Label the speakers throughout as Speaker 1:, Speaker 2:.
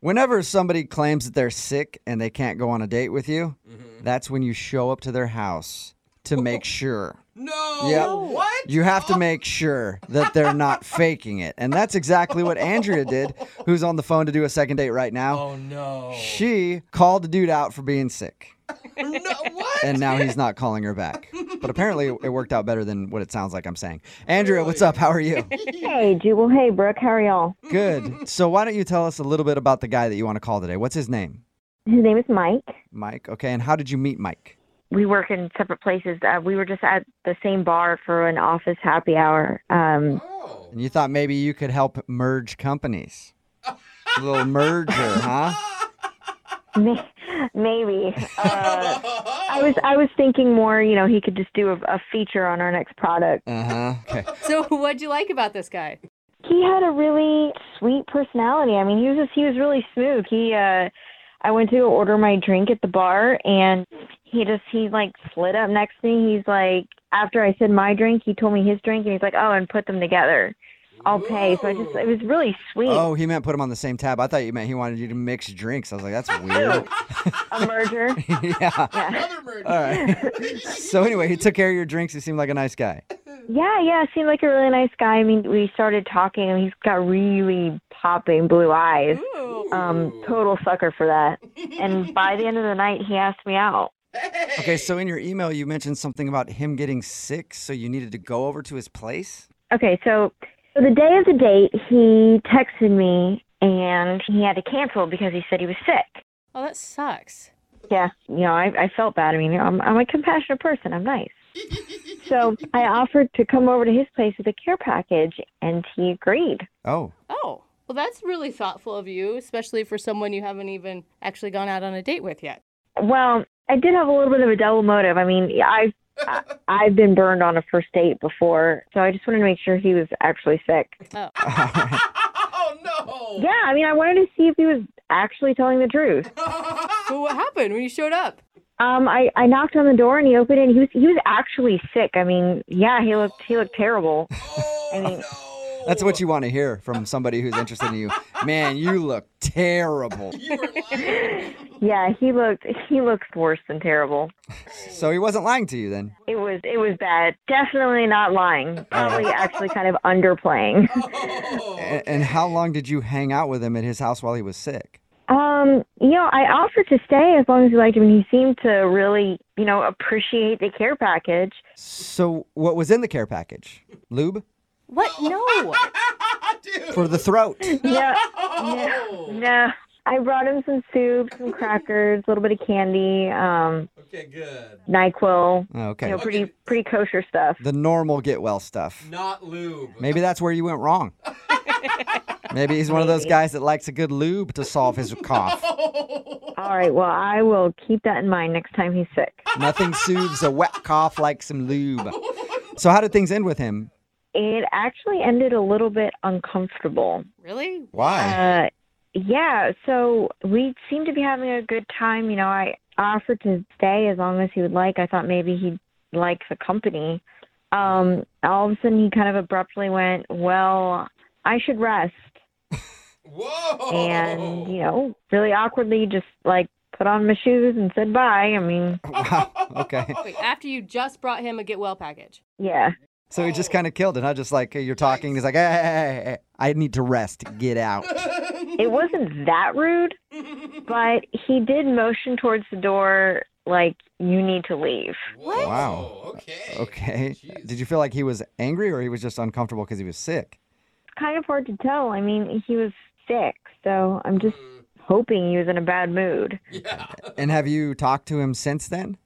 Speaker 1: Whenever somebody claims that they're sick and they can't go on a date with you, that's when you show up to their house to make sure.
Speaker 2: No.
Speaker 1: Yep.
Speaker 2: What?
Speaker 1: You have to make sure that they're not faking it. And that's exactly what Andrea did, who's on the phone to do a second date right now.
Speaker 2: Oh no.
Speaker 1: She called the dude out for being sick.
Speaker 2: no. What?
Speaker 1: And now he's not calling her back. But apparently it worked out better than what it sounds like I'm saying. Andrea, what's up? How are you?
Speaker 3: Hey, Jubal. Hey, Brooke. How are y'all?
Speaker 1: Good. So why don't you tell us a little bit about the guy that you want to call today? What's his name?
Speaker 3: His name is Mike.
Speaker 1: Mike. Okay. And how did you meet Mike?
Speaker 3: We work in separate places. Uh, we were just at the same bar for an office happy hour. Um,
Speaker 2: Oh.
Speaker 1: And you thought maybe you could help merge companies. A little merger, huh?
Speaker 3: may- maybe. Uh, I was I was thinking more. You know, he could just do a, a feature on our next product.
Speaker 1: Uh huh. Okay.
Speaker 4: So, what'd you like about this guy?
Speaker 3: He had a really sweet personality. I mean, he was just he was really smooth. He uh I went to order my drink at the bar and he just he like slid up next to me. He's like after I said my drink, he told me his drink and he's like, "Oh, and put them together. I'll pay." So I just it was really sweet.
Speaker 1: Oh, he meant put him on the same tab. I thought you meant he wanted you to mix drinks. I was like, that's weird.
Speaker 3: A merger.
Speaker 1: yeah.
Speaker 3: yeah.
Speaker 2: Another murder.
Speaker 1: All right. so anyway, he took care of your drinks. He seemed like a nice guy.
Speaker 3: Yeah, yeah, seemed like a really nice guy. I mean, we started talking and he's got really popping blue eyes.
Speaker 4: Ooh.
Speaker 3: Um total sucker for that. And by the end of the night, he asked me out.
Speaker 1: Okay, so in your email, you mentioned something about him getting sick, so you needed to go over to his place.
Speaker 3: Okay, so so the day of the date, he texted me and he had to cancel because he said he was sick.
Speaker 4: Oh, that sucks.
Speaker 3: Yeah, you know, I, I felt bad. I mean, I'm, I'm a compassionate person. I'm nice. so I offered to come over to his place with a care package, and he agreed.
Speaker 1: Oh,
Speaker 4: Oh, well, that's really thoughtful of you, especially for someone you haven't even actually gone out on a date with yet.
Speaker 3: Well, I did have a little bit of a double motive. I mean, I, I I've been burned on a first date before, so I just wanted to make sure he was actually sick.
Speaker 4: Oh,
Speaker 2: oh no.
Speaker 3: Yeah, I mean, I wanted to see if he was actually telling the truth.
Speaker 4: well, what happened when you showed up?
Speaker 3: Um, I, I knocked on the door and he opened it. And he was he was actually sick. I mean, yeah, he looked he looked terrible.
Speaker 2: Oh
Speaker 3: mean-
Speaker 2: no.
Speaker 1: that's what you want to hear from somebody who's interested in you. Man, you look terrible.
Speaker 2: You were lying.
Speaker 3: Yeah, he looked he looked worse than terrible.
Speaker 1: So he wasn't lying to you then.
Speaker 3: It was it was bad. Definitely not lying. Probably actually kind of underplaying.
Speaker 1: A- And, how long did you hang out with him at his house while he was sick?
Speaker 3: Um, you know, I offered to stay as long as he liked him, and he seemed to really you know appreciate the care package.
Speaker 1: So what was in the care package? Lube
Speaker 4: What? No.
Speaker 2: Dude.
Speaker 1: for the throat.
Speaker 3: Yeah,
Speaker 2: Oh.
Speaker 3: yeah. I brought him some soup, some crackers, a little bit of candy, um,
Speaker 2: Okay. Good.
Speaker 3: Nyquil. You
Speaker 1: Okay.
Speaker 3: know, pretty pretty kosher stuff.
Speaker 1: The normal get well stuff.
Speaker 2: Not lube.
Speaker 1: Maybe that's where you went wrong. Maybe he's one of those guys that likes a good lube to solve his cough.
Speaker 3: All right. Well, I will keep that in mind next time he's sick.
Speaker 1: Nothing soothes a wet cough like some lube. So how did things end with him?
Speaker 3: It actually ended a little bit uncomfortable.
Speaker 4: Really?
Speaker 1: Why?
Speaker 3: Uh, yeah. So we seemed to be having a good time. You know, I offered to stay as long as he would like. I thought maybe he'd like the company. Um, all of a sudden, he kind of abruptly went, "Well, I should rest,"
Speaker 2: Whoa. Oh.
Speaker 3: and you know, really awkwardly, just like put on my shoes and said bye. I mean,
Speaker 1: Wow. Okay.
Speaker 4: Wait, after you just brought him a get well package.
Speaker 3: yeah.
Speaker 1: So he just kind of killed it, huh? Just like hey, you're talking, he's like, hey, hey, hey, hey, I need to rest. Get out.
Speaker 3: it wasn't that rude, but he did motion towards the door like you need to leave.
Speaker 2: Whoa,
Speaker 1: Wow.
Speaker 2: Okay.
Speaker 1: Okay.
Speaker 2: Jeez.
Speaker 1: Did you feel like he was angry or he was just uncomfortable because he was sick?
Speaker 3: It's kind of hard to tell. I mean, he was sick, so I'm just hoping he was in a bad mood.
Speaker 2: Yeah.
Speaker 1: And have you talked to him since then?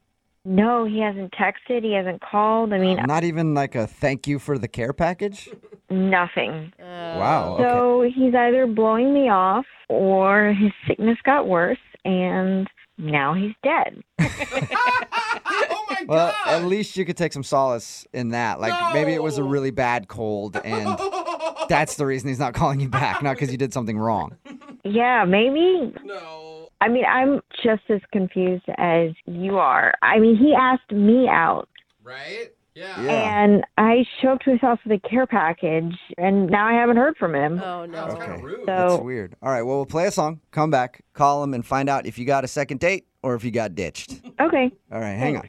Speaker 3: No, he hasn't texted, he hasn't called. I mean,
Speaker 1: Not even like a thank you for the care package?
Speaker 3: nothing.
Speaker 2: Oh,
Speaker 1: Wow. Okay.
Speaker 3: So he's either blowing me off or his sickness got worse and now he's dead.
Speaker 2: oh my
Speaker 1: Well,
Speaker 2: god.
Speaker 1: at least you could take some solace in that. Like maybe it was a
Speaker 2: No.
Speaker 1: really bad cold and that's the reason he's not calling you back, not because you did something wrong.
Speaker 3: Yeah, maybe
Speaker 2: no.
Speaker 3: I mean, I'm just as confused as you are. I mean, he asked me out
Speaker 2: Right? Yeah.
Speaker 1: Yeah.
Speaker 3: And I show up to his house with a care package, and now I haven't heard from him.
Speaker 4: Oh
Speaker 2: That's
Speaker 4: no.
Speaker 2: kind of
Speaker 1: Okay.
Speaker 2: rude.
Speaker 3: So-
Speaker 1: That's weird. All right, well, we'll play a song, come back, call him, and find out if you got a second date or if you got ditched.
Speaker 3: Okay.
Speaker 1: All right, hang on.